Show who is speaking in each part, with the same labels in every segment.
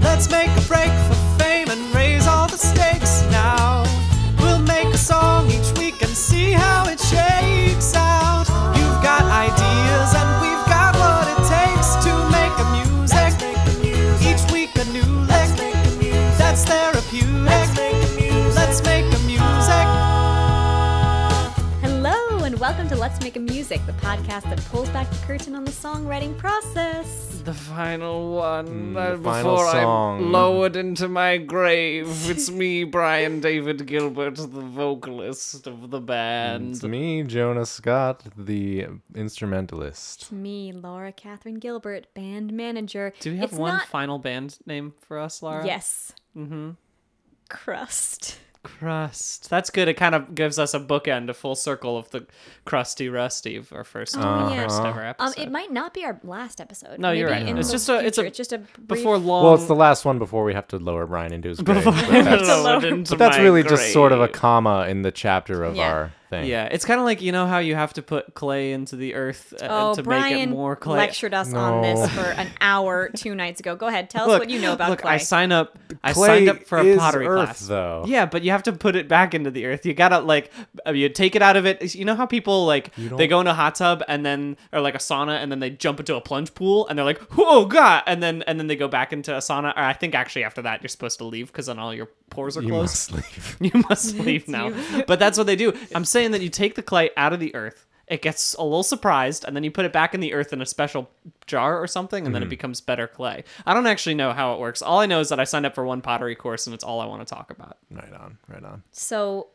Speaker 1: Let's make a break for fame and raise all the stakes now. We'll make a song each week and see how it shakes out. You've got ideas and we've got what it takes to make a music. Each week a new lick. That's therapeutic. Let's make a music.
Speaker 2: Hello, and welcome to Let's Make a Music, the podcast that pulls back the curtain on the songwriting process.
Speaker 3: The final one uh,
Speaker 4: Mm, the
Speaker 3: before
Speaker 4: final
Speaker 3: I'm
Speaker 4: song.
Speaker 3: lowered into my grave. It's me, Brian David Gilbert, the vocalist of the
Speaker 4: It's
Speaker 3: band.
Speaker 4: me, Jonah Scott, the instrumentalist.
Speaker 2: Me, Laura Catherine Gilbert, band manager.
Speaker 3: Do we have
Speaker 2: It's
Speaker 3: one
Speaker 2: not-
Speaker 3: final band name for us, Laura?
Speaker 2: Yes. Mm-hmm. Crust.
Speaker 3: Crust. That's good. It kind of gives us a bookend, a full circle of the crusty rusty of our first,
Speaker 2: Oh,
Speaker 3: our
Speaker 2: yeah.
Speaker 3: first ever
Speaker 2: Um,
Speaker 3: episode.
Speaker 2: it might not be our last episode.
Speaker 3: No, you're
Speaker 2: Maybe
Speaker 3: right.
Speaker 2: in
Speaker 3: It's
Speaker 2: the
Speaker 3: just a- it's a-
Speaker 2: future, just a brief-
Speaker 3: Before long.
Speaker 4: Well, it's the last one before we have to lower Brian into his grave. But that's,
Speaker 3: lowered into
Speaker 4: but that's
Speaker 3: my
Speaker 4: really just sort of a
Speaker 3: grave.
Speaker 4: comma in the chapter of
Speaker 2: Yeah.
Speaker 4: our thing.
Speaker 3: Yeah, it's kind of like you know how you have to put clay into the earth uh,
Speaker 2: Oh,
Speaker 3: to make it
Speaker 2: Brian
Speaker 3: more clay.
Speaker 2: lectured us on
Speaker 4: No.
Speaker 2: this for an hour two nights ago. Go ahead, tell us what you know about
Speaker 3: look,
Speaker 2: clay.
Speaker 3: I sign up. I
Speaker 4: Clay
Speaker 3: signed up for a
Speaker 4: is
Speaker 3: pottery
Speaker 4: earth,
Speaker 3: class,
Speaker 4: though.
Speaker 3: Yeah, but you have to put it back into the earth. You gotta like, uh, you take it out of it. You know how people like they
Speaker 4: don't-
Speaker 3: go in a hot tub and then or like a sauna and then they jump into a plunge pool and they're like, oh god, and then and then they go back into a sauna. Or I think actually after that you're supposed to leave because then all your pores are
Speaker 4: You
Speaker 3: closed.
Speaker 4: must leave.
Speaker 3: You must leave now. But that's what they do. I'm saying that you take the clay out of the earth. It gets a little surprised, and then you put it back in the earth in a special jar or something, and then
Speaker 4: Mm-hmm.
Speaker 3: it becomes better clay. I don't actually know how it works. All I know is that I signed up for one pottery course, and it's all I want to talk about.
Speaker 4: Right on, right on.
Speaker 2: so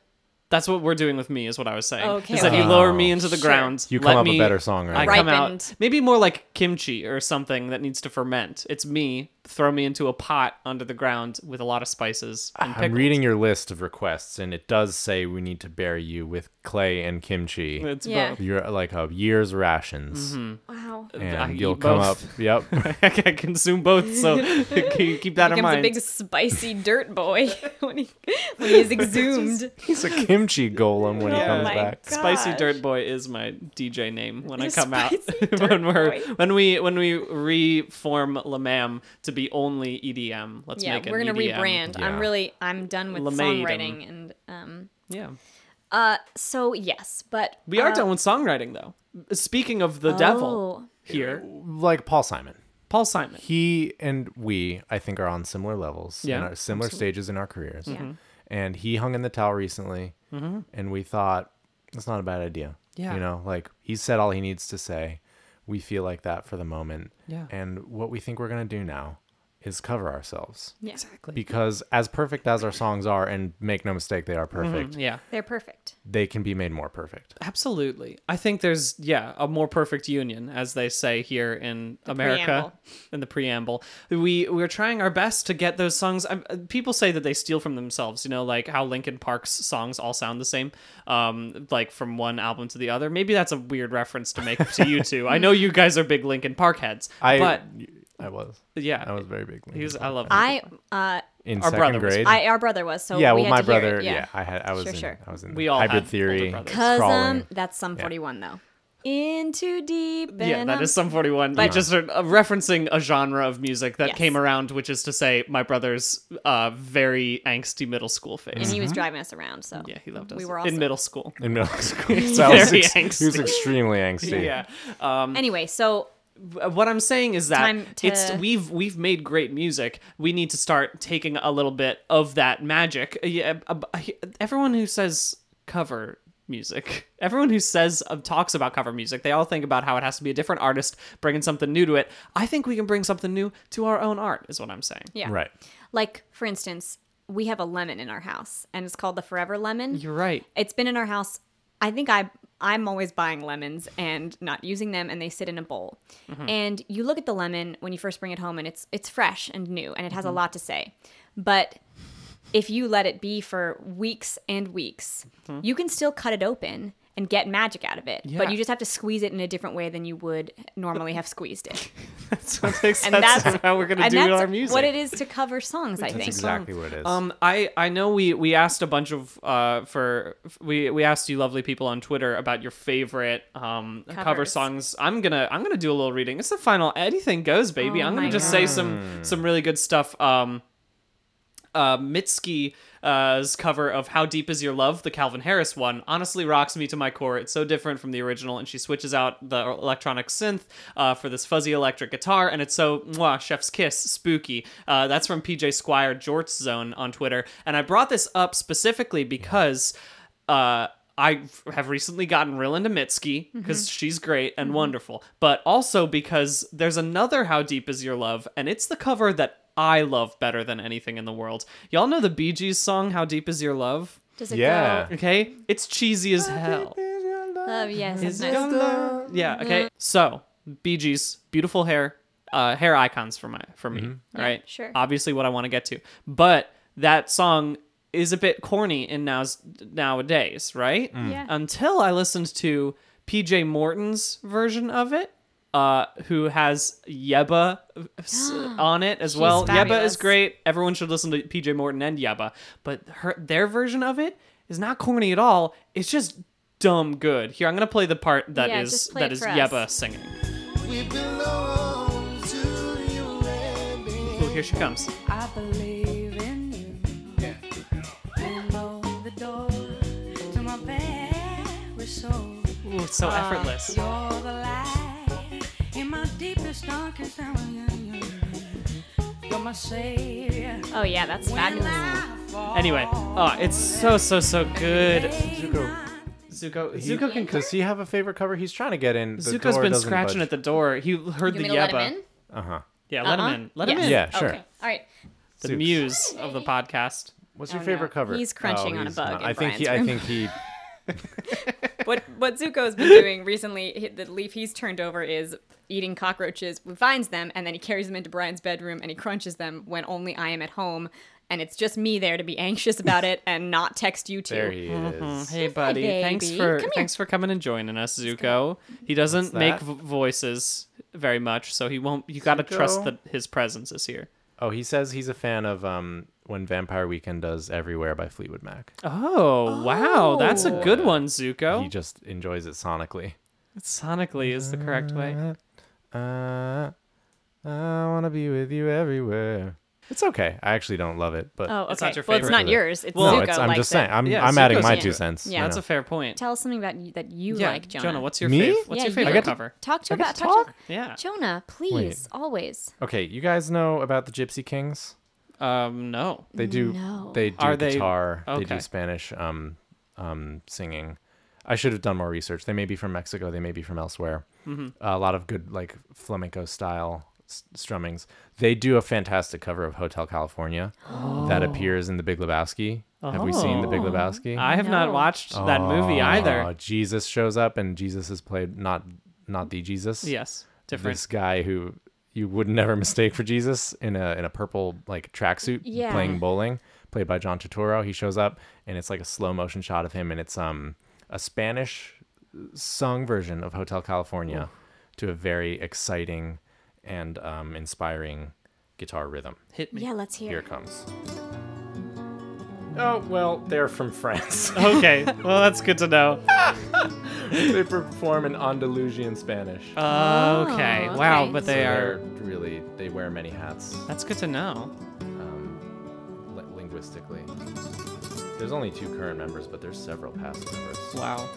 Speaker 3: That's what we're doing with me, is what I was saying.
Speaker 2: Okay.
Speaker 3: Is that you
Speaker 2: Oh.
Speaker 3: lower me into the
Speaker 2: Sure.
Speaker 3: ground.
Speaker 4: You
Speaker 3: let
Speaker 4: come up a
Speaker 3: me-
Speaker 4: better songwriter.
Speaker 3: I come out.
Speaker 2: Ripened.
Speaker 3: Maybe more like kimchi or something that needs to ferment. It's me. Throw me into a pot under the ground with a lot of spices and
Speaker 4: I'm
Speaker 3: pickles.
Speaker 4: reading your list of requests, and it does say we need to bury you with clay and kimchi.
Speaker 3: It's
Speaker 2: Yeah.
Speaker 3: both.
Speaker 4: You're like a year's rations,
Speaker 2: wow.
Speaker 4: and
Speaker 3: I
Speaker 4: you'll
Speaker 3: eat
Speaker 4: come
Speaker 3: both.
Speaker 4: up. Yep.
Speaker 3: I can consume both, so keep keep that in
Speaker 2: Becomes a
Speaker 3: mind.
Speaker 2: big spicy dirt boy when he when he is exhumed.
Speaker 4: He's a kimchi golem when he
Speaker 2: Oh
Speaker 4: comes
Speaker 2: my
Speaker 4: back.
Speaker 2: God.
Speaker 3: Spicy
Speaker 2: Gosh.
Speaker 3: Dirt Boy is my DJ name when I
Speaker 2: Spicy
Speaker 3: come out.
Speaker 2: Dirt
Speaker 3: when we're
Speaker 2: Boy.
Speaker 3: when we when we reform Lamam to be only EDM. Let's
Speaker 2: Yeah,
Speaker 3: make it E
Speaker 2: we're gonna
Speaker 3: EDM.
Speaker 2: rebrand. I'm
Speaker 4: Yeah.
Speaker 2: really I'm done with
Speaker 3: Lamadum.
Speaker 2: songwriting and um
Speaker 3: Yeah,
Speaker 2: uh so yes, but
Speaker 3: we are
Speaker 2: uh, Oh.
Speaker 3: done with songwriting though. Speaking of the devil here,
Speaker 4: Like Paul Simon.
Speaker 3: Paul Simon.
Speaker 4: He and we, I think, are on similar levels.
Speaker 3: Yeah, Mm-hmm.
Speaker 4: and are similar stages in our careers. And he hung in the towel recently, and we thought that's not a bad idea.
Speaker 3: Yeah.
Speaker 4: you know, like he said all he needs to say. We feel like that for the moment.
Speaker 3: Yeah.
Speaker 4: And what we think we're gonna do now is cover ourselves
Speaker 2: Yeah,
Speaker 3: Exactly.
Speaker 4: because, as perfect as our songs are, and make no mistake, they are perfect.
Speaker 3: yeah.
Speaker 2: they're perfect.
Speaker 4: They can be made more perfect.
Speaker 3: Absolutely. I think there's, yeah, a more perfect union, as they say here in America,
Speaker 2: preamble.
Speaker 3: in the preamble. We, we're trying our best to get those songs. I, uh, people say that they steal from themselves, you know, like how Linkin Park's songs all sound the same, um, like from one album to the other. Maybe that's a weird reference to make to you two. I know you guys are big Linkin Park heads,
Speaker 4: I,
Speaker 3: but
Speaker 4: I was,
Speaker 3: yeah,
Speaker 4: I was very big.
Speaker 3: he was, I love
Speaker 2: I uh
Speaker 4: in
Speaker 3: Our
Speaker 4: second
Speaker 3: brother was-
Speaker 4: grade.
Speaker 2: I our brother was so
Speaker 4: yeah,
Speaker 2: we
Speaker 4: well,
Speaker 2: had
Speaker 4: my
Speaker 2: to hear it,
Speaker 4: brother.
Speaker 2: yeah.
Speaker 4: yeah. I had. I was
Speaker 2: Sure,
Speaker 4: in.
Speaker 2: sure.
Speaker 4: I was in.
Speaker 3: We all
Speaker 4: hybrid
Speaker 3: had
Speaker 4: theory.
Speaker 3: older brothers.
Speaker 2: Cause
Speaker 4: crawling.
Speaker 2: um, that's some 41 though. In too deep.
Speaker 3: Yeah,
Speaker 2: and
Speaker 3: that
Speaker 2: I'm-
Speaker 3: is some 41. you just are uh, referencing a genre of music that
Speaker 2: Yes.
Speaker 3: came around, which is to say, my brother's uh, very angsty middle school phase.
Speaker 2: And he
Speaker 4: Mm-hmm.
Speaker 2: was driving us around, so
Speaker 3: yeah, he loved us.
Speaker 2: We were
Speaker 3: in
Speaker 2: also-
Speaker 3: middle school.
Speaker 2: um,
Speaker 4: in middle school. So I
Speaker 3: very
Speaker 4: was ex- He was
Speaker 3: angsty.
Speaker 4: extremely angsty.
Speaker 3: Yeah.
Speaker 2: Anyway, so
Speaker 3: Uh, What I'm saying is that
Speaker 2: Time to-
Speaker 3: it's we've we've made great music. We need to start taking a little bit of that magic. Uh, Yeah, uh, uh, he- everyone who says cover music, everyone who says uh, talks about cover music, they all think about how it has to be a different artist bringing something new to it. I think we can bring something new to our own art. Is what I'm saying.
Speaker 2: yeah.
Speaker 4: Right.
Speaker 2: Like for instance, we have a lemon in our house and it's called the Forever Lemon.
Speaker 3: You're right.
Speaker 2: it's been in our house. I think I I'm always buying lemons and not using them and they sit in a bowl.
Speaker 3: Mm-hmm.
Speaker 2: And you look at the lemon when you first bring it home and it's it's fresh and new and it
Speaker 3: Mm-hmm.
Speaker 2: has a lot to say. But if you let it be for weeks and weeks, you can still cut it open and get magic out of it.
Speaker 3: Mm-hmm. Yeah.
Speaker 2: But you just have to squeeze it in a different way than you would normally have squeezed it.
Speaker 3: That's what makes
Speaker 2: And
Speaker 3: sense
Speaker 2: that's
Speaker 3: of how we're gonna
Speaker 2: and
Speaker 3: do
Speaker 2: that's
Speaker 3: our music.
Speaker 2: What it is to cover songs, I
Speaker 4: That's
Speaker 2: think.
Speaker 4: exactly what it is.
Speaker 3: Um, I I know we we asked a bunch of uh for we we asked you lovely people on Twitter about your favorite um cover
Speaker 2: Covers.
Speaker 3: songs. I'm gonna I'm gonna do a little reading. It's the final anything goes, baby.
Speaker 2: Oh
Speaker 3: I'm gonna
Speaker 2: my
Speaker 3: just say some some really good stuff. Um, uh, Mitski. Uh's cover of How Deep Is Your Love, the Calvin Harris one, honestly rocks me to my core. It's so different from the original, and she switches out the electronic synth uh, for this fuzzy electric guitar, and it's so mwah, chef's kiss, spooky. Uh, that's from PJ Squire Jorts Zone on Twitter, and I brought this up specifically because. Uh, I have recently gotten real into Mitski because she's great and wonderful, but also because there's another How Deep Is Your Love, and it's the cover that I love better than anything in the world. Y'all know the Bee Gees song "How Deep Is Your Love"?
Speaker 2: Does it
Speaker 4: Yeah.
Speaker 2: go?
Speaker 3: Okay, it's cheesy as hell.
Speaker 2: Love, yes.
Speaker 3: Is
Speaker 2: It's uh, Mm-hmm.
Speaker 3: it
Speaker 2: nice.
Speaker 3: Yeah. Okay. So Bee Gees, beautiful hair, uh, hair icons for my for me. All right.
Speaker 2: sure.
Speaker 3: Obviously, what I want to get to, but that song is a bit corny in now's nowadays, right?
Speaker 2: Yeah.
Speaker 3: Until I listened to PJ Morton's version of it. Uh, who has Yeba uh, s- on it as well? Oh, Yeba
Speaker 2: fabulous.
Speaker 3: is great. Everyone should listen to PJ Morton and Yeba, but her their version of it is not corny at all. It's just dumb good. Here, I'm gonna play the part that
Speaker 2: Yeah,
Speaker 3: is
Speaker 2: just play
Speaker 3: that
Speaker 2: it
Speaker 3: is
Speaker 2: for us.
Speaker 3: Yeba singing.
Speaker 1: We belong to you, baby.
Speaker 3: Oh, here she comes.
Speaker 5: I believe in you. Below the door to my very soul.
Speaker 3: Ooh, it's so effortless.
Speaker 5: You're the light in my deepest, darkest hour. You're my savior.
Speaker 2: Oh, yeah, that's fabulous.
Speaker 3: Anyway, oh, it's so so so good.
Speaker 4: Zuko,
Speaker 3: Zuko,
Speaker 4: he-
Speaker 3: Zuko can.
Speaker 4: does he have a favorite cover? He's trying to get in. The
Speaker 3: Zuko's
Speaker 4: door
Speaker 3: been
Speaker 4: doesn't
Speaker 3: scratching
Speaker 4: budge.
Speaker 3: at the door. He heard the
Speaker 2: You mean to let him
Speaker 3: Yeba.
Speaker 2: in?
Speaker 4: Uh huh.
Speaker 3: Yeah, let
Speaker 2: Uh-uh.
Speaker 3: him in. Let him
Speaker 2: Yes.
Speaker 3: in.
Speaker 4: Yeah, sure.
Speaker 2: Okay. All right.
Speaker 3: The
Speaker 4: Zooks.
Speaker 3: muse of the podcast.
Speaker 4: What's
Speaker 2: Oh,
Speaker 4: your favorite
Speaker 2: no.
Speaker 4: cover? Oh,
Speaker 2: He's crunching on a bug in
Speaker 4: I think he.
Speaker 2: Brian's
Speaker 4: I think he.
Speaker 2: what what Zuko's been doing recently, he- the leaf he's turned over is eating cockroaches. He finds them and then he carries them into Brian's bedroom and he crunches them when only I am at home, and it's just me there to be anxious about it and not text you two.
Speaker 4: There he
Speaker 2: Mm-hmm.
Speaker 4: is.
Speaker 3: Hey, buddy. Thanks
Speaker 2: baby.
Speaker 3: for
Speaker 2: Come here.
Speaker 3: thanks for coming and joining us, Zuko. He doesn't
Speaker 4: that?
Speaker 3: make v- voices very much, so he won't. You gotta trust
Speaker 4: Zuko.
Speaker 3: that his presence is here.
Speaker 4: Oh, he says he's a fan of um when Vampire Weekend does "Everywhere" by Fleetwood Mac.
Speaker 3: Oh, wow, that's a good one, Zuko.
Speaker 4: He just enjoys it sonically.
Speaker 3: Sonically is the correct way.
Speaker 4: Uh, I want to be with you everywhere. It's okay. I actually don't love it, but
Speaker 2: Oh, okay.
Speaker 3: It's not your
Speaker 2: well, it's
Speaker 3: favorite.
Speaker 2: not yours. It's
Speaker 3: Well,
Speaker 4: no,
Speaker 2: Zuko.
Speaker 4: it's, I'm
Speaker 2: likes
Speaker 4: just
Speaker 2: it.
Speaker 4: saying. I'm
Speaker 3: Yeah,
Speaker 4: I'm adding
Speaker 3: Zuko's
Speaker 4: my
Speaker 3: in
Speaker 4: two
Speaker 3: it.
Speaker 4: cents.
Speaker 2: Yeah.
Speaker 4: you
Speaker 3: That's
Speaker 4: know.
Speaker 3: a fair point.
Speaker 2: Tell us something about you that you like, Jonah.
Speaker 3: what's your
Speaker 4: Me?
Speaker 3: favorite? What's
Speaker 2: yeah,
Speaker 3: your
Speaker 2: you
Speaker 3: favorite
Speaker 2: get to
Speaker 3: cover?
Speaker 2: Talk to
Speaker 4: I get
Speaker 2: about
Speaker 4: to
Speaker 2: talk to-
Speaker 4: talk?
Speaker 3: Yeah.
Speaker 2: Jonah, please, always.
Speaker 4: okay, you guys know about the Gypsy Kings?
Speaker 3: Um, no.
Speaker 4: They do.
Speaker 2: No.
Speaker 4: They do
Speaker 3: Are they-
Speaker 4: guitar. They,
Speaker 3: okay.
Speaker 4: do Spanish um, um, singing. I should have done more research. They may be from Mexico. They may be from elsewhere.
Speaker 3: Mm-hmm.
Speaker 4: a lot of good like flamenco style s- strummings. They do a fantastic cover of Hotel California
Speaker 3: Oh.
Speaker 4: that appears in The Big Lebowski. Have we seen The Big Lebowski?
Speaker 3: I have not
Speaker 2: No.
Speaker 3: watched that movie
Speaker 4: Oh,
Speaker 3: either.
Speaker 4: Jesus shows up, and Jesus is played not not the Jesus.
Speaker 3: Yes, different.
Speaker 4: This guy who you would never mistake for Jesus in a in a purple like tracksuit
Speaker 2: Yeah.
Speaker 4: playing bowling, played by John Turturro. He shows up and it's like a slow motion shot of him and it's um a Spanish sung version of Hotel California to a very exciting and um inspiring guitar rhythm.
Speaker 3: Hit me.
Speaker 2: Yeah, let's hear.
Speaker 4: Here it comes. Oh well, they're from France.
Speaker 3: Okay, well that's good to know.
Speaker 4: they perform in Andalusian Spanish.
Speaker 3: Okay, wow,
Speaker 2: Oh, okay.
Speaker 3: but
Speaker 4: So
Speaker 3: Uh, they
Speaker 4: they're
Speaker 3: are.
Speaker 4: really they wear many hats.
Speaker 3: That's good to know.
Speaker 4: um, li- linguistically. There's only two current members, but there's several past members.
Speaker 3: Wow.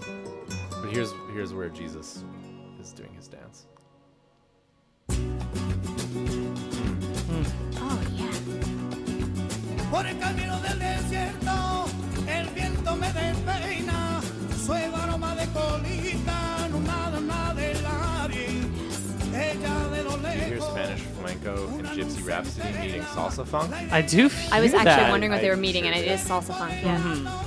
Speaker 4: But here's here's where Jesus is doing his dance.
Speaker 2: Oh yeah.
Speaker 1: Por el camino del desierto, el viento me despeina. Sueva aroma de colita, nada, nada de labios. Ella de lo
Speaker 4: You hear
Speaker 1: lejos.
Speaker 4: Spanish flamenco and gypsy rhapsody meeting salsa funk.
Speaker 3: I do.
Speaker 2: I was
Speaker 3: hear
Speaker 2: actually
Speaker 3: that.
Speaker 2: wondering what they
Speaker 4: I
Speaker 2: were meeting,
Speaker 4: sure
Speaker 2: and it
Speaker 4: did.
Speaker 2: is salsa funk. Yeah.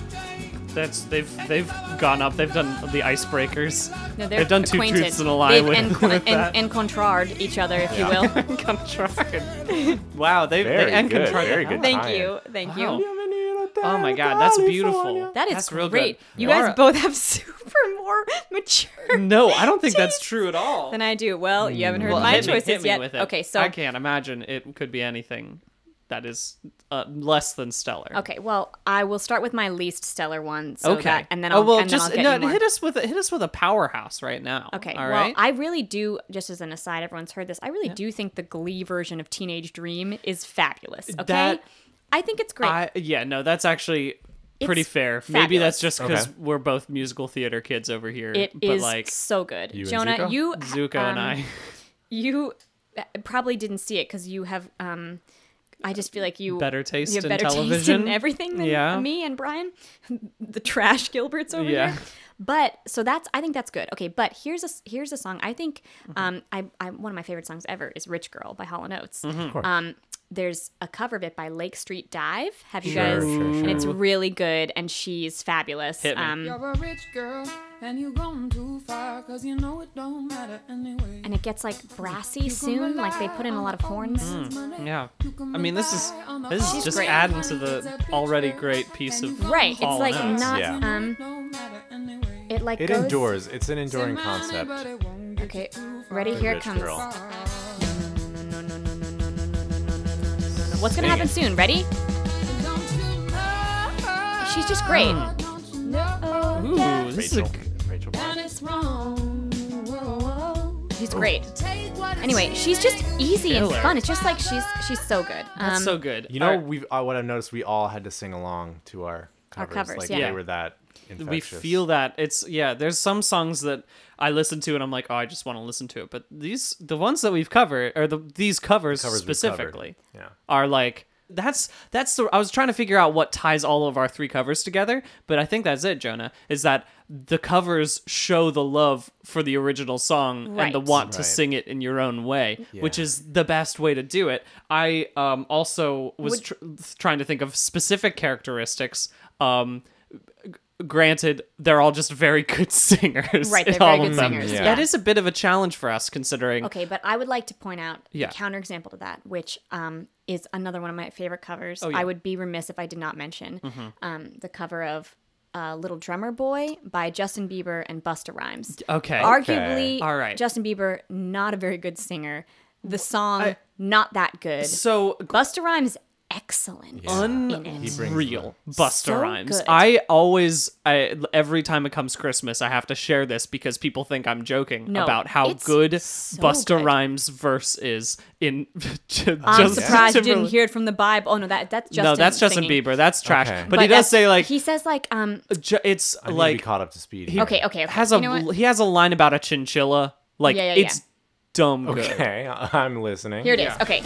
Speaker 3: That's they've they've gone up. They've done the icebreakers.
Speaker 2: No, they're
Speaker 3: they've done two
Speaker 2: acquainted.
Speaker 3: truths and a lie
Speaker 2: They've
Speaker 3: with,
Speaker 2: encon-
Speaker 3: with that.
Speaker 2: en- encontrard each other, if you will.
Speaker 3: Contrarian. wow, they
Speaker 4: Very
Speaker 3: they and
Speaker 4: good,
Speaker 3: contrarian.
Speaker 4: very good.
Speaker 2: Thank
Speaker 4: Hi.
Speaker 2: you, thank
Speaker 3: Wow.
Speaker 2: you.
Speaker 3: Oh my God, that's beautiful.
Speaker 2: That is
Speaker 3: That's real
Speaker 2: great.
Speaker 3: good.
Speaker 2: You
Speaker 3: Laura-
Speaker 2: guys both have super mature
Speaker 3: No, I don't think that's
Speaker 2: Tastes.
Speaker 3: true at all.
Speaker 2: than I do. Well, you haven't heard
Speaker 3: Well,
Speaker 2: my
Speaker 3: hit me-
Speaker 2: choices
Speaker 3: hit me
Speaker 2: yet.
Speaker 3: with it.
Speaker 2: Okay, so
Speaker 3: I can't imagine it could be anything that is uh, less than stellar.
Speaker 2: okay, well, I will start with my least stellar one. So
Speaker 3: okay.
Speaker 2: that- and then
Speaker 3: oh
Speaker 2: I'll,
Speaker 3: well,
Speaker 2: and then
Speaker 3: just
Speaker 2: I'll get you
Speaker 3: no,
Speaker 2: more.
Speaker 3: hit us with a, hit us with a powerhouse right now.
Speaker 2: Okay,
Speaker 3: all
Speaker 2: well,
Speaker 3: right.
Speaker 2: I really do. Just as an aside, everyone's heard this. I really do think the Glee version of Teenage Dream is fabulous. Okay,
Speaker 3: That-
Speaker 2: I think it's great.
Speaker 3: I- yeah, no, that's actually pretty
Speaker 2: It's
Speaker 3: fair. Maybe that's
Speaker 2: fabulous.
Speaker 3: just because
Speaker 4: Okay.
Speaker 3: we're both musical theater kids over here.
Speaker 2: It is
Speaker 3: but like
Speaker 2: so good.
Speaker 4: You and
Speaker 2: Jonah,
Speaker 4: Zuko?
Speaker 2: you
Speaker 3: Zuko and
Speaker 2: um,
Speaker 3: I.
Speaker 2: you uh, probably didn't see it because you have. um I just feel like you
Speaker 3: Better taste
Speaker 2: You have
Speaker 3: in
Speaker 2: better taste
Speaker 3: television.
Speaker 2: in everything than
Speaker 3: Yeah.
Speaker 2: me and Brian, the trash Gilberts over
Speaker 3: Yeah.
Speaker 2: here. But so that's I think that's good. Okay, but here's a s- here's a song I think
Speaker 3: Mm-hmm.
Speaker 2: um I, I one of my favorite songs ever is "Rich Girl" by Hall and Oates.
Speaker 3: Mm-hmm.
Speaker 4: course.
Speaker 2: Um, there's a cover of it by Lake Street Dive. Have you
Speaker 4: Sure,
Speaker 2: guys?
Speaker 4: sure,
Speaker 2: And it's
Speaker 4: sure.
Speaker 2: really good, and she's fabulous.
Speaker 3: Hit me.
Speaker 2: Um,
Speaker 5: You're a rich girl and you gone too far, cause you know it don't matter anyway.
Speaker 2: and it gets like brassy soon. Like they put in a lot of horns.
Speaker 4: Mm.
Speaker 3: Mm. Yeah. I mean, this is this is
Speaker 2: She's
Speaker 3: just
Speaker 2: great.
Speaker 3: adding to the already great piece of
Speaker 2: Right. It's
Speaker 3: Hall
Speaker 2: like
Speaker 3: and Oates.
Speaker 2: not.
Speaker 4: Yeah.
Speaker 2: Um, it like
Speaker 4: It
Speaker 2: goes,
Speaker 4: endures. It's an enduring concept.
Speaker 2: Okay, ready? Here it
Speaker 4: Rich
Speaker 2: comes.
Speaker 4: girl.
Speaker 2: What's gonna happen soon? Ready? She's just great.
Speaker 4: Mm.
Speaker 3: Ooh, this is a
Speaker 4: Rachel. Rachel Bond.
Speaker 2: She's great. Anyway, she's just easy and
Speaker 3: Killer.
Speaker 2: fun. It's just like she's she's so good. Um,
Speaker 3: that's so good.
Speaker 4: You
Speaker 3: All
Speaker 4: know,
Speaker 3: right.
Speaker 4: we've uh, what I've noticed. We all had to sing along to our covers.
Speaker 2: covers,
Speaker 4: like
Speaker 2: yeah.
Speaker 4: they were that. Infectious.
Speaker 3: we feel that it's yeah there's some songs that i listen to and i'm like oh i just want to listen to it but these the ones that we've covered or the these covers,
Speaker 4: Covers we've covered.
Speaker 3: specifically
Speaker 4: Yeah.
Speaker 3: are like that's that's the i was trying to figure out what ties all of our three covers together but i think that's it jonah is that the covers show the love for the original song and the
Speaker 2: Right.
Speaker 3: want to
Speaker 4: Right.
Speaker 3: sing it in your own way which
Speaker 4: Yeah.
Speaker 3: is the best way to do it i um also was
Speaker 2: Would-
Speaker 3: tr- trying to think of specific characteristics um granted they're all just very good singers
Speaker 2: Right, they're
Speaker 3: in
Speaker 2: very
Speaker 3: all
Speaker 2: good
Speaker 3: of them.
Speaker 2: singers,
Speaker 4: Yeah.
Speaker 3: that is a bit of a challenge for us considering
Speaker 2: okay, but I would like to point out
Speaker 3: Yeah.
Speaker 2: a counterexample to that, which um, is another one of my favorite covers.
Speaker 3: Oh, yeah. Mm-hmm.
Speaker 2: I would be remiss if I did not mention um, the cover of uh, "Little Drummer Boy" by Justin Bieber and Busta Rhymes.
Speaker 3: okay
Speaker 2: Arguably,
Speaker 3: All right.
Speaker 2: Justin Bieber not a very good singer. The song not that good.
Speaker 3: so
Speaker 2: Busta Rhymes excellent. in it.
Speaker 4: He brings
Speaker 3: real buster
Speaker 2: So
Speaker 3: rhymes
Speaker 2: good.
Speaker 3: i always i every time it comes christmas i have to share this because people think i'm joking
Speaker 2: No,
Speaker 3: about how
Speaker 2: it's
Speaker 3: good
Speaker 2: so
Speaker 3: buster
Speaker 2: good.
Speaker 3: rhymes verse is in just
Speaker 2: I'm surprised you didn't hear it from the Bible. Oh no, that that's Justin.
Speaker 3: no that's justin
Speaker 2: singing.
Speaker 3: bieber that's trash
Speaker 4: Okay.
Speaker 3: but, he does
Speaker 2: that's-
Speaker 3: say like
Speaker 2: he says like um
Speaker 3: ju- it's
Speaker 4: I need to
Speaker 3: like
Speaker 4: be caught up to speed.
Speaker 3: he
Speaker 4: here.
Speaker 2: okay okay, okay.
Speaker 3: has
Speaker 2: you
Speaker 3: a
Speaker 2: know what?
Speaker 3: he has a line about a chinchilla like
Speaker 2: Yeah, yeah, yeah.
Speaker 3: it's dumb good.
Speaker 4: Okay, I- I'm listening.
Speaker 2: here it is okay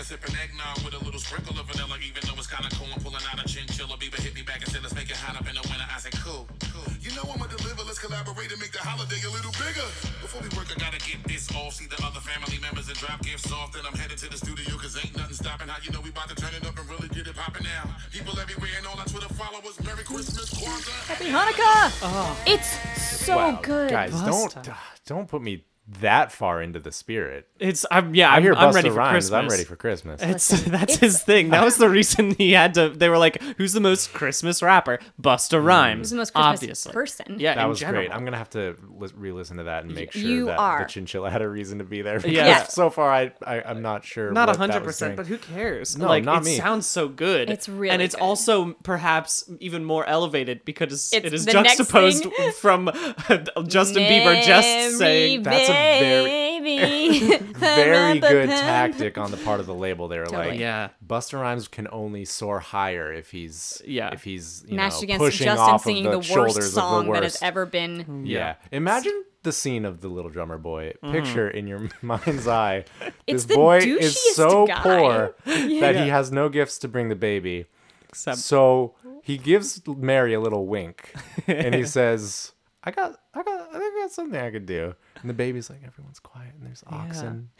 Speaker 6: Sipping eggnog with a little sprinkle of vanilla, even though it's kinda cool. I'm pulling out a chinchilla. Bieber hit me back and said, Let's make it hot up in the winter. I said, Cool, cool. You know I'ma deliver. Let's collaborate and make the holiday a little bigger. Before we work, I gotta get this off. See the other family members and drop gifts off. Then I'm headed to the studio, cause ain't nothing stopping. How you know we about to turn it up and really get it poppin' now? People everywhere and all our Twitter followers. Merry Christmas, Kwanzaa.
Speaker 2: Happy Hanukkah.
Speaker 3: Oh.
Speaker 2: It's so
Speaker 4: Wow,
Speaker 2: Oh, good.
Speaker 4: guys,
Speaker 3: Busta.
Speaker 4: don't don't put me that far into the spirit.
Speaker 3: It's I'm yeah.
Speaker 4: I
Speaker 3: I'm,
Speaker 4: hear
Speaker 3: I'm
Speaker 4: Busta
Speaker 3: ready for
Speaker 4: Rhymes.
Speaker 3: Christmas.
Speaker 4: I'm ready for Christmas.
Speaker 3: It's, that's his thing. That was the reason he had to. They were like, "Who's the most Christmas rapper?" Busta Rhymes.
Speaker 2: Mm. Who's the most Christmas
Speaker 3: obviously.
Speaker 2: person?
Speaker 3: Yeah,
Speaker 4: That
Speaker 3: in
Speaker 4: was
Speaker 3: general.
Speaker 4: great. I'm gonna have to li- re-listen to that and make sure
Speaker 2: You
Speaker 4: that
Speaker 2: are.
Speaker 4: the chinchilla had a reason to be there. Because
Speaker 3: Yeah.
Speaker 4: So far, I, I I'm not sure.
Speaker 3: not
Speaker 4: what that was
Speaker 3: hundred percent, but
Speaker 4: doing.
Speaker 3: who cares?
Speaker 4: No,
Speaker 3: like
Speaker 4: not
Speaker 3: it
Speaker 4: me.
Speaker 3: sounds so good.
Speaker 2: It's really
Speaker 3: and it's
Speaker 2: good.
Speaker 3: also perhaps even more elevated because it's, it
Speaker 2: It's
Speaker 3: is
Speaker 2: the next
Speaker 3: juxtaposed
Speaker 2: thing.
Speaker 3: from Justin Bieber just saying.
Speaker 4: that's a very-
Speaker 2: very
Speaker 4: very good tactic on the part of the label. They were
Speaker 2: Totally.
Speaker 4: like,
Speaker 3: Yeah.
Speaker 4: Buster Rhymes can only soar higher if he's
Speaker 3: Yeah.
Speaker 4: if he's you
Speaker 2: Matched
Speaker 4: know,
Speaker 2: against
Speaker 4: pushing
Speaker 2: Justin
Speaker 4: off
Speaker 2: singing
Speaker 4: of
Speaker 2: the,
Speaker 4: the, shoulders
Speaker 2: worst song
Speaker 4: of the worst.
Speaker 2: that has ever
Speaker 3: Hmm.
Speaker 2: been.
Speaker 4: yeah. imagine the scene of the little drummer boy. Picture in your mind's eye,
Speaker 2: It's
Speaker 4: this
Speaker 2: the
Speaker 4: boy is
Speaker 2: douchiest
Speaker 4: so
Speaker 2: guy.
Speaker 4: poor that he has no gifts to bring the baby.
Speaker 3: Except
Speaker 4: So he gives Mary a little wink, and he says, "I got, I got, I think I got something I could do." And the baby's like, "Everyone's quiet, and there's oxen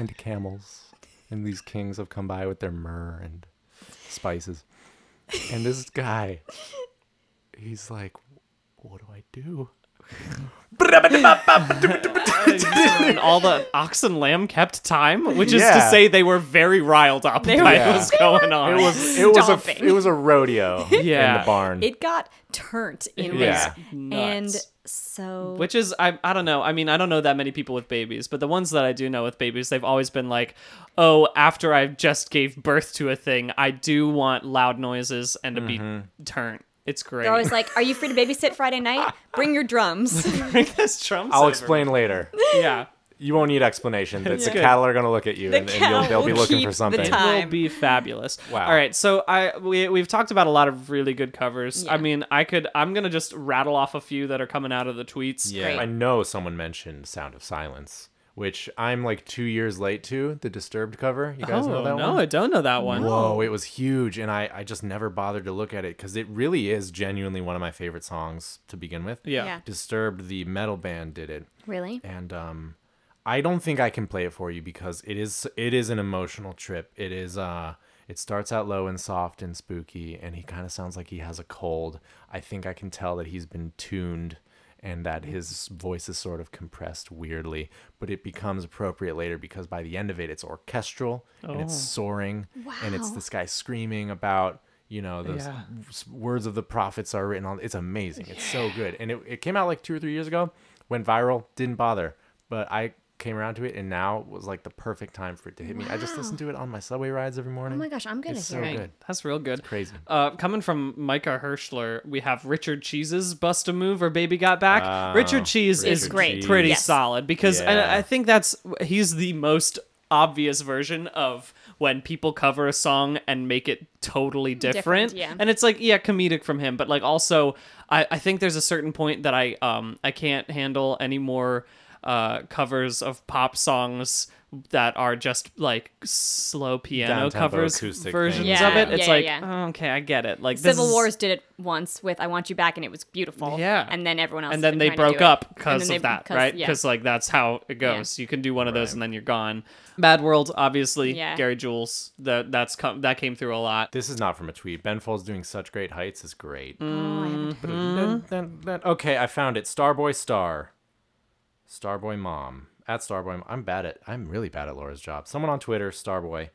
Speaker 4: and camels, and these kings have come by with their myrrh and spices." And this guy, he's like, "What do I do?
Speaker 3: and all the ox and lamb kept time, which is to
Speaker 4: Yeah.
Speaker 3: say they were very riled up
Speaker 2: They
Speaker 3: by
Speaker 2: were-
Speaker 3: what's going on.
Speaker 4: It was it was
Speaker 2: Stomping.
Speaker 4: a it was a rodeo in
Speaker 3: Yeah.
Speaker 4: the barn.
Speaker 2: It got turned in
Speaker 4: Yeah.
Speaker 2: yeah. and
Speaker 3: Nuts.
Speaker 2: so
Speaker 3: Which is I I don't know. I mean, I don't know that many people with babies, but the ones that I do know with babies, they've always been like, "Oh, after I just gave birth to a thing, I do want loud noises and to
Speaker 4: Mm-hmm.
Speaker 3: be turned." It's great.
Speaker 2: they're always like, "Are you free to babysit Friday night? Bring your drums."
Speaker 3: Bring this drum
Speaker 4: I'll
Speaker 3: over.
Speaker 4: explain later.
Speaker 3: Yeah.
Speaker 4: You won't need explanation, but the
Speaker 3: good.
Speaker 4: cattle are gonna look at you and, and you'll,
Speaker 2: cattle
Speaker 4: they'll be
Speaker 2: will
Speaker 4: looking
Speaker 2: keep
Speaker 4: for
Speaker 2: the
Speaker 4: something.
Speaker 2: time.
Speaker 3: will be fabulous.
Speaker 4: Wow.
Speaker 3: All right, so I we we've talked about a lot of really good covers. I
Speaker 2: Yeah.
Speaker 3: mean, I could I'm gonna just rattle off a few that are coming out of the tweets.
Speaker 4: Yeah,
Speaker 2: Great.
Speaker 4: I know someone mentioned Sound of Silence, which I'm like two years late to the Disturbed cover. You guys know
Speaker 3: Oh
Speaker 4: that
Speaker 3: no,
Speaker 4: one?
Speaker 3: I don't know that one.
Speaker 4: Whoa, it was huge, and I, I just never bothered to look at it because it really is genuinely one of my favorite songs to begin with.
Speaker 3: Yeah.
Speaker 2: Yeah.
Speaker 4: Disturbed, the metal band, did it,
Speaker 2: really?
Speaker 4: and um, I don't think I can play it for you because it is it is an emotional trip. It is uh, it starts out low and soft and spooky, and he kind of sounds like he has a cold. I think I can tell that he's been tuned. And that his voice is sort of compressed weirdly, but it becomes appropriate later because by the end of it, it's orchestral and it's soaring, and it's
Speaker 2: Wow.
Speaker 4: this guy screaming about you know those
Speaker 3: Yeah.
Speaker 4: s- words of the prophets are written on it's amazing it's so good and it, it came out like two or three years ago went viral didn't bother but i came around to it and now was like the perfect time for it to hit me i just listen to it on my subway rides every morning
Speaker 2: Oh my gosh, I'm gonna
Speaker 4: It's
Speaker 2: hear
Speaker 4: so
Speaker 2: it.
Speaker 4: good.
Speaker 3: That's real good.
Speaker 4: crazy.
Speaker 3: Uh, coming from Micah Hirschler, we have Richard Cheese's Bust a Move or Baby Got Back. Richard Cheese is
Speaker 2: Richard great.
Speaker 3: pretty
Speaker 2: Yes.
Speaker 3: solid because and
Speaker 4: Yeah.
Speaker 3: I think that's he's the most obvious version of when people cover a song and make it totally different.
Speaker 2: Different, yeah.
Speaker 3: And it's like, yeah, comedic from him, but like also I, I think there's a certain point that I um I can't handle any more uh covers of pop songs that are just like slow piano
Speaker 4: Downtempo
Speaker 3: covers
Speaker 4: acoustic
Speaker 3: versions
Speaker 4: things.
Speaker 3: of it.
Speaker 2: Yeah.
Speaker 3: It's
Speaker 2: Yeah,
Speaker 3: like
Speaker 2: yeah,
Speaker 3: oh, okay, I get it. Like this
Speaker 2: Civil
Speaker 3: is-
Speaker 2: Wars did it once with "I Want You Back" and it was beautiful.
Speaker 3: Yeah.
Speaker 2: and then everyone else.
Speaker 3: and then
Speaker 2: has
Speaker 3: they
Speaker 2: been trying
Speaker 3: broke
Speaker 2: to do it.
Speaker 3: up
Speaker 2: And
Speaker 3: because
Speaker 2: then
Speaker 3: of
Speaker 2: they-
Speaker 3: that, right?
Speaker 2: yeah.
Speaker 3: Because like that's how it goes. You can do one of those and then you're gone. Bad World, obviously.
Speaker 2: Yeah.
Speaker 3: Gary Jules, that that's come that came through a lot.
Speaker 4: this is not from a tweet ben folds doing such great heights is great
Speaker 2: Oh, I haven't-
Speaker 4: Dun, dun, dun. okay i found it starboy star starboy mom at starboy Mom. i'm bad at i'm really bad at laura's job someone on twitter starboy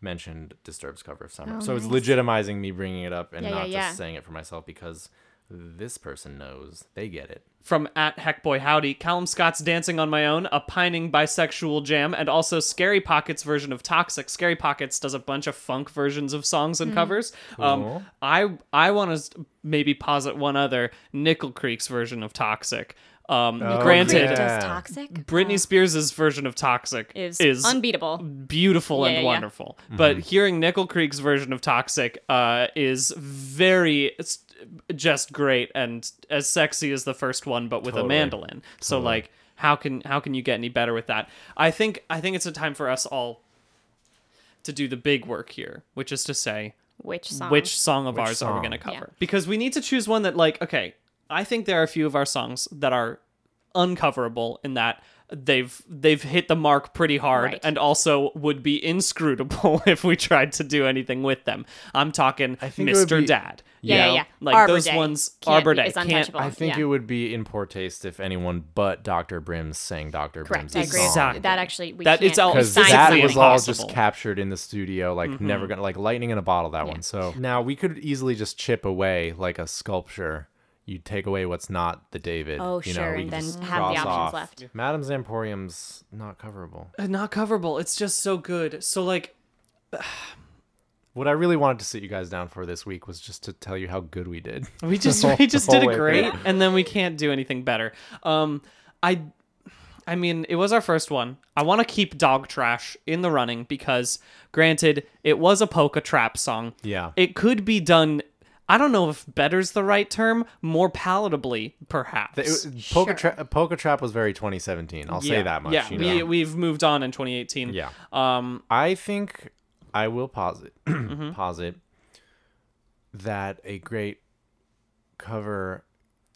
Speaker 4: mentioned disturbs cover of summer
Speaker 2: Oh,
Speaker 4: so it's
Speaker 2: nice.
Speaker 4: legitimizing me bringing it up and
Speaker 2: Yeah, yeah,
Speaker 4: not just
Speaker 2: yeah.
Speaker 4: saying it for myself because this person knows they get it
Speaker 3: From at Heckboy Howdy, Callum Scott's Dancing on My Own, a pining bisexual jam, and also Scary Pockets version of Toxic. Scary Pockets does a bunch of funk versions of songs and covers.
Speaker 4: Cool.
Speaker 3: Um I I want to maybe posit one other Nickel Creek's version of Toxic. Um granted
Speaker 2: Creek does
Speaker 4: Yeah.
Speaker 2: toxic.
Speaker 3: Britney Spears' version of Toxic
Speaker 2: is,
Speaker 3: is,
Speaker 2: unbeatable.
Speaker 3: beautiful
Speaker 2: Yeah,
Speaker 3: and
Speaker 2: yeah, yeah.
Speaker 3: wonderful. But
Speaker 4: Mm-hmm.
Speaker 3: hearing Nickel Creek's version of Toxic uh, is very it's just great and as sexy as the first one, but with a
Speaker 4: Totally.
Speaker 3: mandolin. So like, how can how can you get any better with that? I think I think it's a time for us all to do the big work here, which is to say,
Speaker 2: Which song?
Speaker 3: which song of ours are we
Speaker 4: song?
Speaker 3: going to cover?
Speaker 2: Yeah.
Speaker 3: Um, Because we need to choose one that, like, okay, I think there are a few of our songs that are uncoverable in that they've they've hit the mark pretty hard
Speaker 2: Right.
Speaker 3: and also would be inscrutable if we tried to do anything with them. I'm talking
Speaker 4: think it would
Speaker 3: Mr.
Speaker 4: be-
Speaker 3: Dad. you
Speaker 2: Yeah,
Speaker 3: know?
Speaker 2: yeah, yeah.
Speaker 3: Like
Speaker 2: Arbor
Speaker 3: those
Speaker 2: Day
Speaker 3: ones
Speaker 2: can't
Speaker 3: Arbor
Speaker 2: be-
Speaker 3: Day
Speaker 2: is
Speaker 3: can't
Speaker 2: untouchable.
Speaker 4: i think
Speaker 2: yeah.
Speaker 4: it would be in poor taste if anyone but dr brims sang dr
Speaker 2: correct.
Speaker 4: brims
Speaker 2: I agree. with
Speaker 4: song.
Speaker 2: you. That actually we
Speaker 3: That-
Speaker 2: can't.
Speaker 3: it's all-
Speaker 4: because
Speaker 2: sign
Speaker 4: that
Speaker 2: something.
Speaker 4: was all
Speaker 3: Impossible.
Speaker 4: just captured in the studio, like never gonna like lightning in a bottle. That one. So Mm-hmm. now we could easily just chip away like a sculpture. You take away what's not the David.
Speaker 2: Oh,
Speaker 4: you
Speaker 2: sure,
Speaker 4: know, we
Speaker 2: and
Speaker 4: can
Speaker 2: then
Speaker 4: just
Speaker 2: have the options
Speaker 4: cross off. Uh,
Speaker 2: left. Yeah.
Speaker 4: Madame Zamporium's not coverable.
Speaker 3: Uh, not coverable. It's just so good. So like
Speaker 4: What I really wanted to sit you guys down for this week was just to tell you how good we did.
Speaker 3: We just
Speaker 4: whole-
Speaker 3: we just
Speaker 4: the whole
Speaker 3: did
Speaker 4: way
Speaker 3: it
Speaker 4: through.
Speaker 3: great, and then we can't do anything better. Um, I, I mean, it was our first one. I want to keep Dog Trash in the running because, granted, it was a polka trap song.
Speaker 4: Yeah.
Speaker 3: it could be done. I don't know if better's the right term. More palatably, perhaps.
Speaker 4: It, was- Polka, Tra- Polka Trap was very 2017. I'll say that much.
Speaker 3: Yeah,
Speaker 4: you know?
Speaker 3: we we've moved on in 2018.
Speaker 4: Yeah.
Speaker 3: Um. Mm-hmm.
Speaker 4: I think I will posit posit that a great cover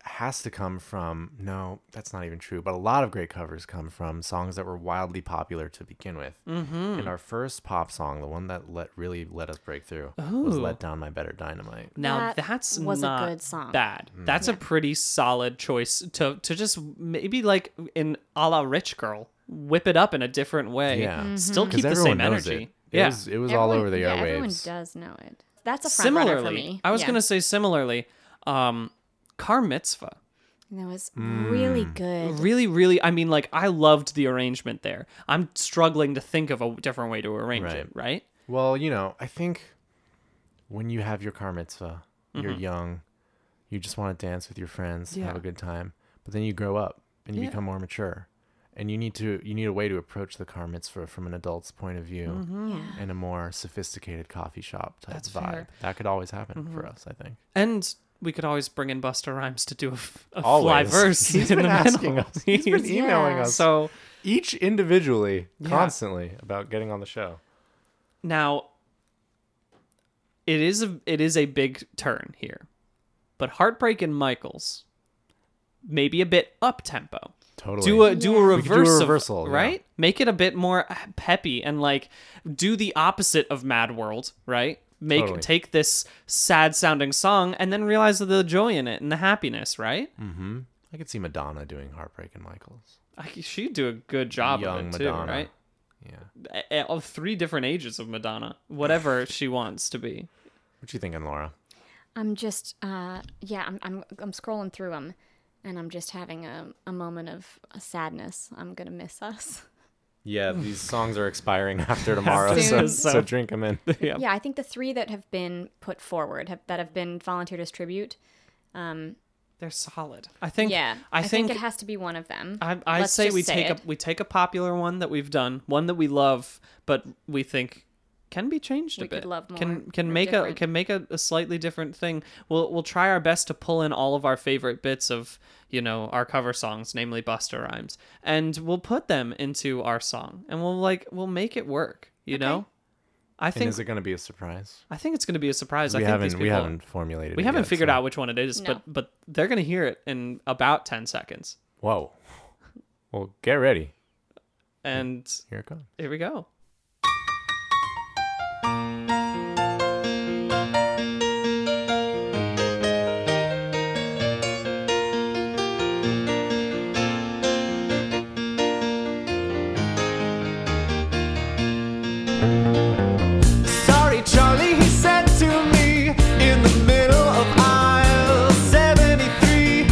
Speaker 4: has to come from no, that's not even true. But a lot of great covers come from songs that were wildly popular to begin with. Mm-hmm. And our first pop song, the one that let really let us break through, was
Speaker 3: Ooh.
Speaker 4: "Let Down My Better Dynamite."
Speaker 3: Now
Speaker 2: That
Speaker 3: that's
Speaker 2: was a
Speaker 3: not
Speaker 2: good song.
Speaker 3: Bad.
Speaker 4: Hmm.
Speaker 3: That's a pretty solid choice to to just maybe like in a la Rich Girl, whip it up in a different way.
Speaker 4: Yeah.
Speaker 2: Mm-hmm.
Speaker 4: Mhm.
Speaker 3: Still keep
Speaker 4: Because
Speaker 3: the same
Speaker 4: everyone knows
Speaker 3: energy.
Speaker 4: it. It
Speaker 3: yeah.
Speaker 4: was it was all over the
Speaker 2: yeah, Everyone
Speaker 4: airwaves.
Speaker 2: does know it. That's a front runner
Speaker 3: similarly,
Speaker 2: for me.
Speaker 3: I was
Speaker 2: Yeah.
Speaker 3: gonna say similarly, um, Car Mitzvah.
Speaker 2: And That was
Speaker 3: Hmm.
Speaker 2: really good.
Speaker 3: Really, really. I mean, like I loved the arrangement there. I'm struggling to think of a different way to arrange it.
Speaker 4: Right.
Speaker 3: Right.
Speaker 4: Well, you know, I think when you have your car mitzvah, you're young, you just want to dance with your friends, have
Speaker 3: Mm-hmm. Yeah.
Speaker 4: a good time. But then you grow up and you
Speaker 3: Yeah.
Speaker 4: become more mature, and you need to you need a way to approach the car mitzvah from an adult's point of view
Speaker 2: Yeah.
Speaker 4: and a more sophisticated coffee shop type
Speaker 3: Mm-hmm. That's
Speaker 4: vibe.
Speaker 3: fair. Mm-hmm.
Speaker 4: That could always happen for us, I think.
Speaker 3: And we could always bring in Buster Rhymes to do a, f- a fly
Speaker 4: Always.
Speaker 3: verse.
Speaker 4: He's
Speaker 3: in
Speaker 4: been
Speaker 3: the
Speaker 4: asking
Speaker 3: middle.
Speaker 4: us. He's been emailing
Speaker 2: Yeah.
Speaker 4: us
Speaker 3: so
Speaker 4: each individually, constantly about getting on the show.
Speaker 3: Now, it is a it is a big turn here, but heartbreak and Michaels, maybe a bit up tempo.
Speaker 4: Totally.
Speaker 3: Do a do a
Speaker 4: We could do a
Speaker 3: reverse of-
Speaker 4: reversal, yeah.
Speaker 3: right? Make it a bit more peppy and like do the opposite of Mad World, right? Make
Speaker 4: Totally.
Speaker 3: take this sad sounding song and then realize the joy in it and the happiness, right?
Speaker 4: I could see Madonna doing Heartbreak and Michaels.
Speaker 3: I She'd do a good job
Speaker 4: Young
Speaker 3: of it
Speaker 4: Madonna.
Speaker 3: too, right?
Speaker 4: Yeah.
Speaker 3: A- a- Of three different ages of Madonna, whatever she wants to be.
Speaker 4: What you thinking, Laura?
Speaker 2: I'm just, uh, yeah, I'm, I'm, I'm scrolling through them and I'm just having a, a moment of sadness. I'm going to miss us.
Speaker 4: Yeah, these songs are expiring after tomorrow, so,
Speaker 2: Soon.
Speaker 4: so,
Speaker 3: So-
Speaker 4: drink them in.
Speaker 3: Yeah.
Speaker 2: Yeah, I think the three that have been put forward, have, that have been volunteered as tribute,
Speaker 3: They're solid. I think.
Speaker 2: yeah,
Speaker 3: I, think.
Speaker 2: it has to be one of them.
Speaker 3: I, I
Speaker 2: Let's
Speaker 3: say
Speaker 2: just
Speaker 3: we take
Speaker 2: it.
Speaker 3: a we take a popular one that we've done, one that we love, but we think can be changed a
Speaker 2: We could
Speaker 3: bit.
Speaker 2: love more
Speaker 3: Can can
Speaker 2: or
Speaker 3: make a
Speaker 2: different.
Speaker 3: can make a, a slightly different thing. We'll we'll try our best to pull in all of our favorite bits of you know our cover songs, namely Buster Rhymes, and we'll put them into our song, and we'll like we'll make it work. You know, I
Speaker 4: And
Speaker 3: think
Speaker 4: is it going to be a surprise?
Speaker 3: I think it's going to be a surprise.
Speaker 4: We
Speaker 3: I think these
Speaker 4: haven't
Speaker 3: people
Speaker 4: we haven't formulated.
Speaker 3: we
Speaker 4: it
Speaker 3: haven't
Speaker 4: yet,
Speaker 3: figured
Speaker 4: so-
Speaker 3: out which one it is,
Speaker 2: No.
Speaker 3: but but they're going to hear it in about ten seconds.
Speaker 4: Whoa. Well, get ready.
Speaker 3: And
Speaker 4: Here it comes.
Speaker 3: here we go.
Speaker 1: Sorry, Charlie, he said to me in the middle of aisle 73.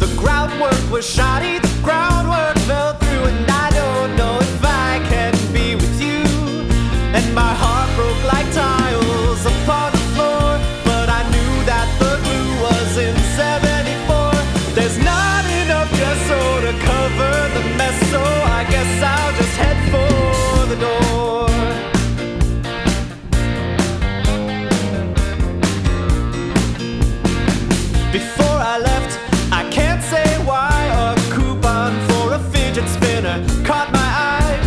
Speaker 1: The groundwork was shoddy, the groundwork fell through, and I don't know if I can be with you. And my heart broke like tiles upon the floor, but I knew that the glue was in 74. There's not enough gesso to cover the mess, so I guess I'll just head for the door. Before I left, I can't say why a coupon for a fidget spinner caught my eye.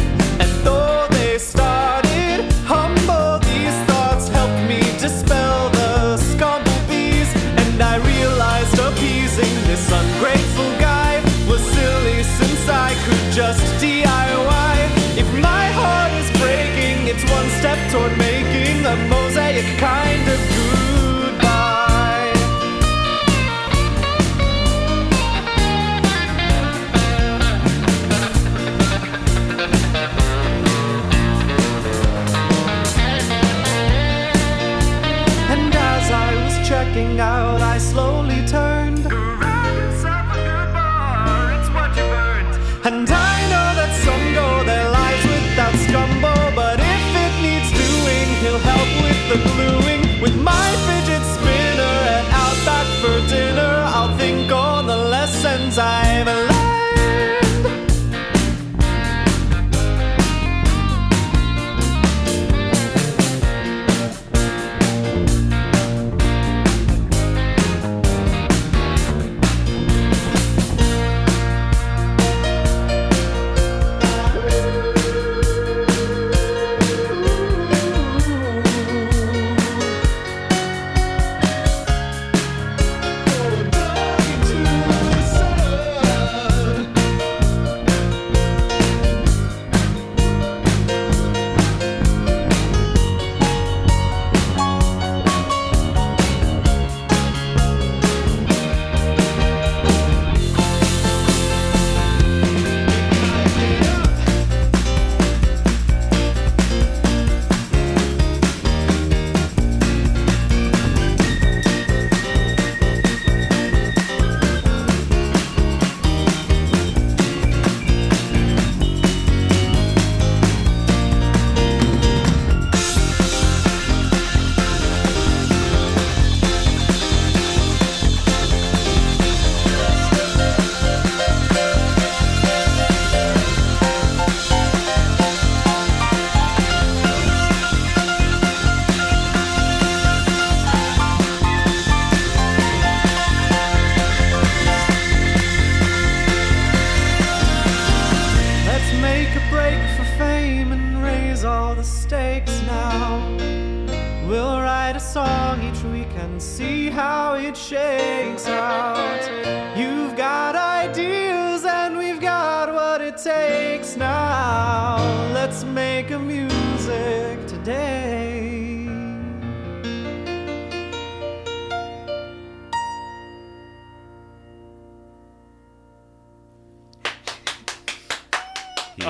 Speaker 1: And though they started humble, these thoughts helped me dispel the scumble bees. And I realized appeasing this ungrateful guy was silly since I could just DIY. If my heart is breaking, it's one step toward making a mosaic kind of goodbye. And as I was checking out, I slowly turned. And I know that some go their lives without scumble, but if it needs doing, he'll help with the gluing. With my fidget spinner and out back for dinner, I'll think on the lessons I've learned. mistakes now. We'll write a song each week and see how it shakes out. You've got ideas and we've got what it takes now. Let's make a music today.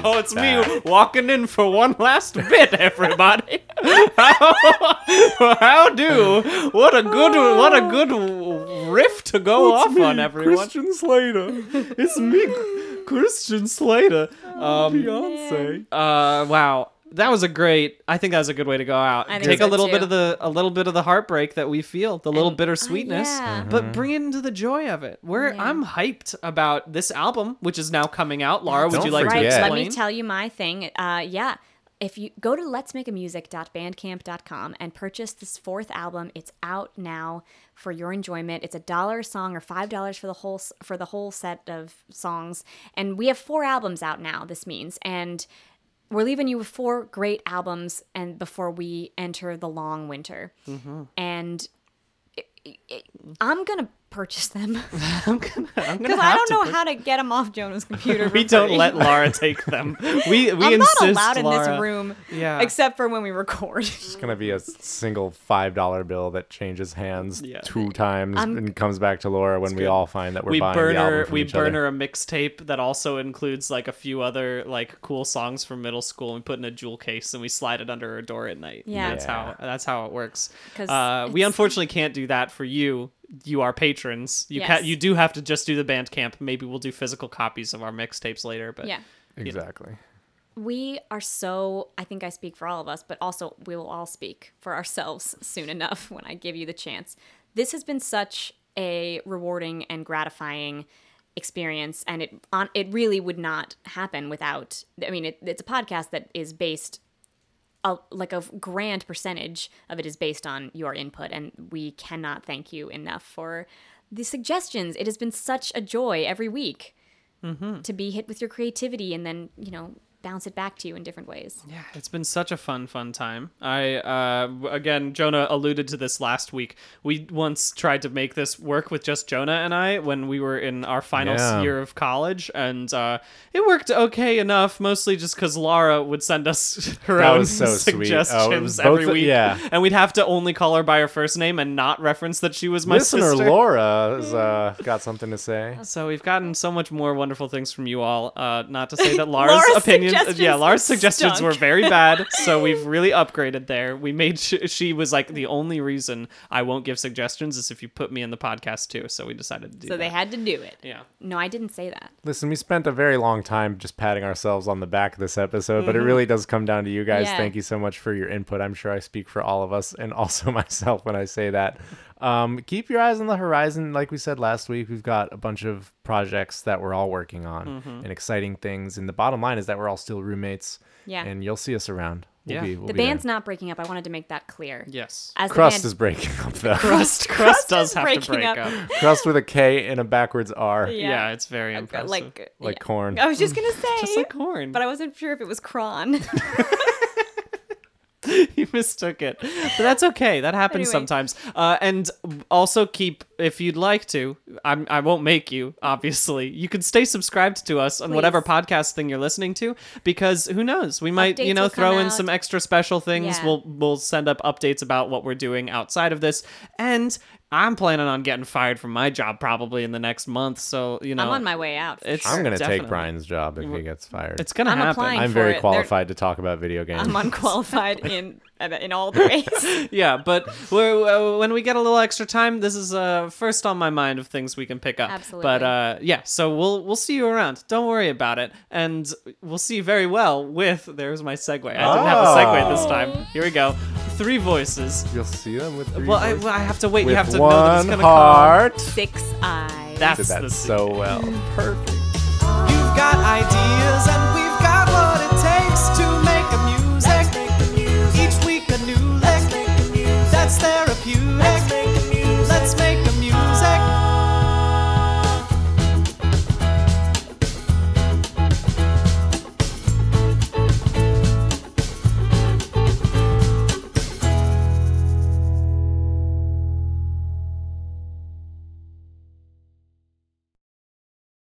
Speaker 3: Oh, it's me walking in for one last bit, everybody. how, how do? What a good, what a good riff to go off on, everyone.
Speaker 4: Christian Slater.
Speaker 3: It's me, Christian Slater. Um,
Speaker 4: Beyonce.
Speaker 3: uh, wow, that was a great. I think that was a good way to go out.
Speaker 2: I think
Speaker 3: Take
Speaker 2: so,
Speaker 3: a little
Speaker 2: too.
Speaker 3: bit of the, a little bit of the heartbreak that we feel, the little
Speaker 2: And- uh,
Speaker 3: bittersweetness,
Speaker 2: yeah.
Speaker 3: but bring it into the joy of it. Where
Speaker 2: Yeah.
Speaker 3: I'm hyped about this album, which is now coming out. Laura, would
Speaker 4: Don't
Speaker 3: you like
Speaker 2: right.
Speaker 3: to
Speaker 4: forget.
Speaker 3: explain?
Speaker 2: Let me tell you my thing. Uh, yeah. If you go to let's make a music.bandcamp.com and purchase this fourth album, it's out now for your enjoyment. It's a dollar a song or five dollars for the whole s- for the whole set of songs, and we have four albums out now. This means, and we're leaving you with four great albums, and before we enter the long winter,
Speaker 3: Mm-hmm.
Speaker 2: and it, it, I'm gonna purchase them
Speaker 3: I'm gonna, I'm gonna
Speaker 2: because
Speaker 3: have
Speaker 2: I don't
Speaker 3: to
Speaker 2: know
Speaker 3: put-
Speaker 2: how to get them off Jonah's computer. for
Speaker 3: We don't
Speaker 2: free.
Speaker 3: let Laura take them. We we
Speaker 2: I'm
Speaker 3: insist.
Speaker 2: not allowed in
Speaker 3: Laura.
Speaker 2: this room,
Speaker 3: Yeah.
Speaker 2: except for when we record.
Speaker 4: It's gonna be a single five dollar bill that changes hands
Speaker 3: Yeah.
Speaker 4: two times and comes back to Laura when we all find that we're
Speaker 3: we
Speaker 4: buying
Speaker 3: burn
Speaker 4: the album
Speaker 3: her
Speaker 4: from
Speaker 3: we
Speaker 4: each
Speaker 3: burn
Speaker 4: other.
Speaker 3: her a mixtape that also includes like a few other like cool songs from middle school and we put in a jewel case and we slide it under her door at night And
Speaker 2: Yeah.
Speaker 3: that's how that's how it works
Speaker 2: 'Cause
Speaker 3: uh, we
Speaker 2: it's-
Speaker 3: unfortunately can't do that for you you are patrons you
Speaker 2: Yes.
Speaker 3: can you do have to just do the band camp maybe we'll do physical copies of our mixtapes later but
Speaker 2: yeah.
Speaker 4: Exactly.
Speaker 2: We are so, I think I speak for all of us, but also we will all speak for ourselves soon enough when I give you the chance. This has been such a rewarding and gratifying experience and it on it really would not happen without I mean it, it's a podcast that is based a, like a grand percentage of it is based on your input and we cannot thank you enough for the suggestions it has been such a joy every week to be hit with your creativity and then you know bounce it back to you in different ways
Speaker 3: Yeah, it's been such a fun, fun time. I uh, w- again, Jonah alluded to this last week. We once tried to make this work with just Jonah and I when we were in our final s-
Speaker 4: Yeah.
Speaker 3: year of college, and uh, it worked okay enough. Mostly just because Laura would send us her
Speaker 4: That
Speaker 3: own
Speaker 4: was so sweet. Oh, it
Speaker 3: suggestions
Speaker 4: was
Speaker 3: every
Speaker 4: both-
Speaker 3: week,
Speaker 4: yeah.
Speaker 3: and we'd have to only call her by her first name and not reference that she was my
Speaker 4: Listener
Speaker 3: sister.
Speaker 4: Laura has uh, got something to say.
Speaker 3: So we've gotten so much more wonderful things from you all. Uh, not to say that Laura's,
Speaker 2: Laura's
Speaker 3: opinions,
Speaker 2: suggestions
Speaker 3: yeah, Laura's suggestions
Speaker 2: stunk.
Speaker 3: were very bad. So we've really upgraded there. We made sh- she was like the only reason I won't give suggestions is if you put me in the podcast too. So we decided to do.
Speaker 2: so they
Speaker 3: that.
Speaker 2: had to do it
Speaker 3: yeah.
Speaker 2: no i didn't say that
Speaker 4: Listen, we spent a very long time just patting ourselves on the back of this episode, but it really does come down to you guys.
Speaker 2: Mm-hmm. Yeah.
Speaker 4: Thank you so much for your input. I'm sure I speak for all of us and also myself when I say that. Um, keep your eyes on the horizon. Like we said last week, we've got a bunch of projects that we're all working on
Speaker 2: Mm-hmm.
Speaker 4: and exciting things. And the bottom line is that we're all still roommates.
Speaker 2: Yeah.
Speaker 4: And you'll see us around. We'll
Speaker 3: Yeah.
Speaker 4: be- we'll
Speaker 2: the
Speaker 4: be there.
Speaker 2: band's not breaking up i wanted to make that clear
Speaker 3: Yes.
Speaker 2: as
Speaker 4: Crust
Speaker 2: the
Speaker 4: is
Speaker 2: band,
Speaker 4: breaking up though.
Speaker 3: Crust, crust does
Speaker 2: is
Speaker 3: have to
Speaker 2: breaking
Speaker 3: break up.
Speaker 2: up.
Speaker 4: Crust with a K and a backwards R.
Speaker 3: Yeah. it's very impressive.
Speaker 2: like
Speaker 4: Like
Speaker 2: yeah.
Speaker 4: corn.
Speaker 2: i was just gonna say
Speaker 3: just like corn.
Speaker 2: but i wasn't sure if it was cron
Speaker 3: you mistook it. But that's okay. That happens
Speaker 2: Anyway.
Speaker 3: sometimes. Uh, and also keep, if you'd like to, I'm, I won't make you, obviously. You can stay subscribed to us on whatever podcast thing you're listening to because who knows? We might, you
Speaker 2: Updates
Speaker 3: know,
Speaker 2: will come
Speaker 3: throw in
Speaker 2: out.
Speaker 3: some extra special things.
Speaker 2: Yeah.
Speaker 3: We'll, we'll send up updates about what we're doing outside of this. And I'm planning on getting fired from my job probably in the next month. So, you know,
Speaker 2: i'm on my way out
Speaker 3: it's,
Speaker 4: I'm going to take
Speaker 3: definitely-
Speaker 4: Brian's job if he gets fired.
Speaker 3: It's going to
Speaker 2: I'm
Speaker 3: happen.
Speaker 2: applying.
Speaker 4: I'm
Speaker 2: for
Speaker 4: very
Speaker 2: it. They're-
Speaker 4: qualified to talk about video games.
Speaker 2: i'm unqualified in in all the ways
Speaker 3: yeah, but we're, uh, when we get a little extra time, this is uh, first on my mind of things we can pick up.
Speaker 2: Absolutely.
Speaker 3: But uh, yeah, so we'll we'll see you around. Don't worry about it, and we'll see you very well with. There's my segue. I didn't have a segue this time. Here we go. Three voices.
Speaker 4: You'll see them with Oh. three
Speaker 3: Well, I,
Speaker 4: voices.
Speaker 3: well, I have to wait.
Speaker 4: with
Speaker 3: you have to know that
Speaker 4: one
Speaker 3: it's gonna
Speaker 4: heart.
Speaker 2: six eyes
Speaker 3: come. That's
Speaker 4: Did that
Speaker 3: the
Speaker 4: so well.
Speaker 3: perfect.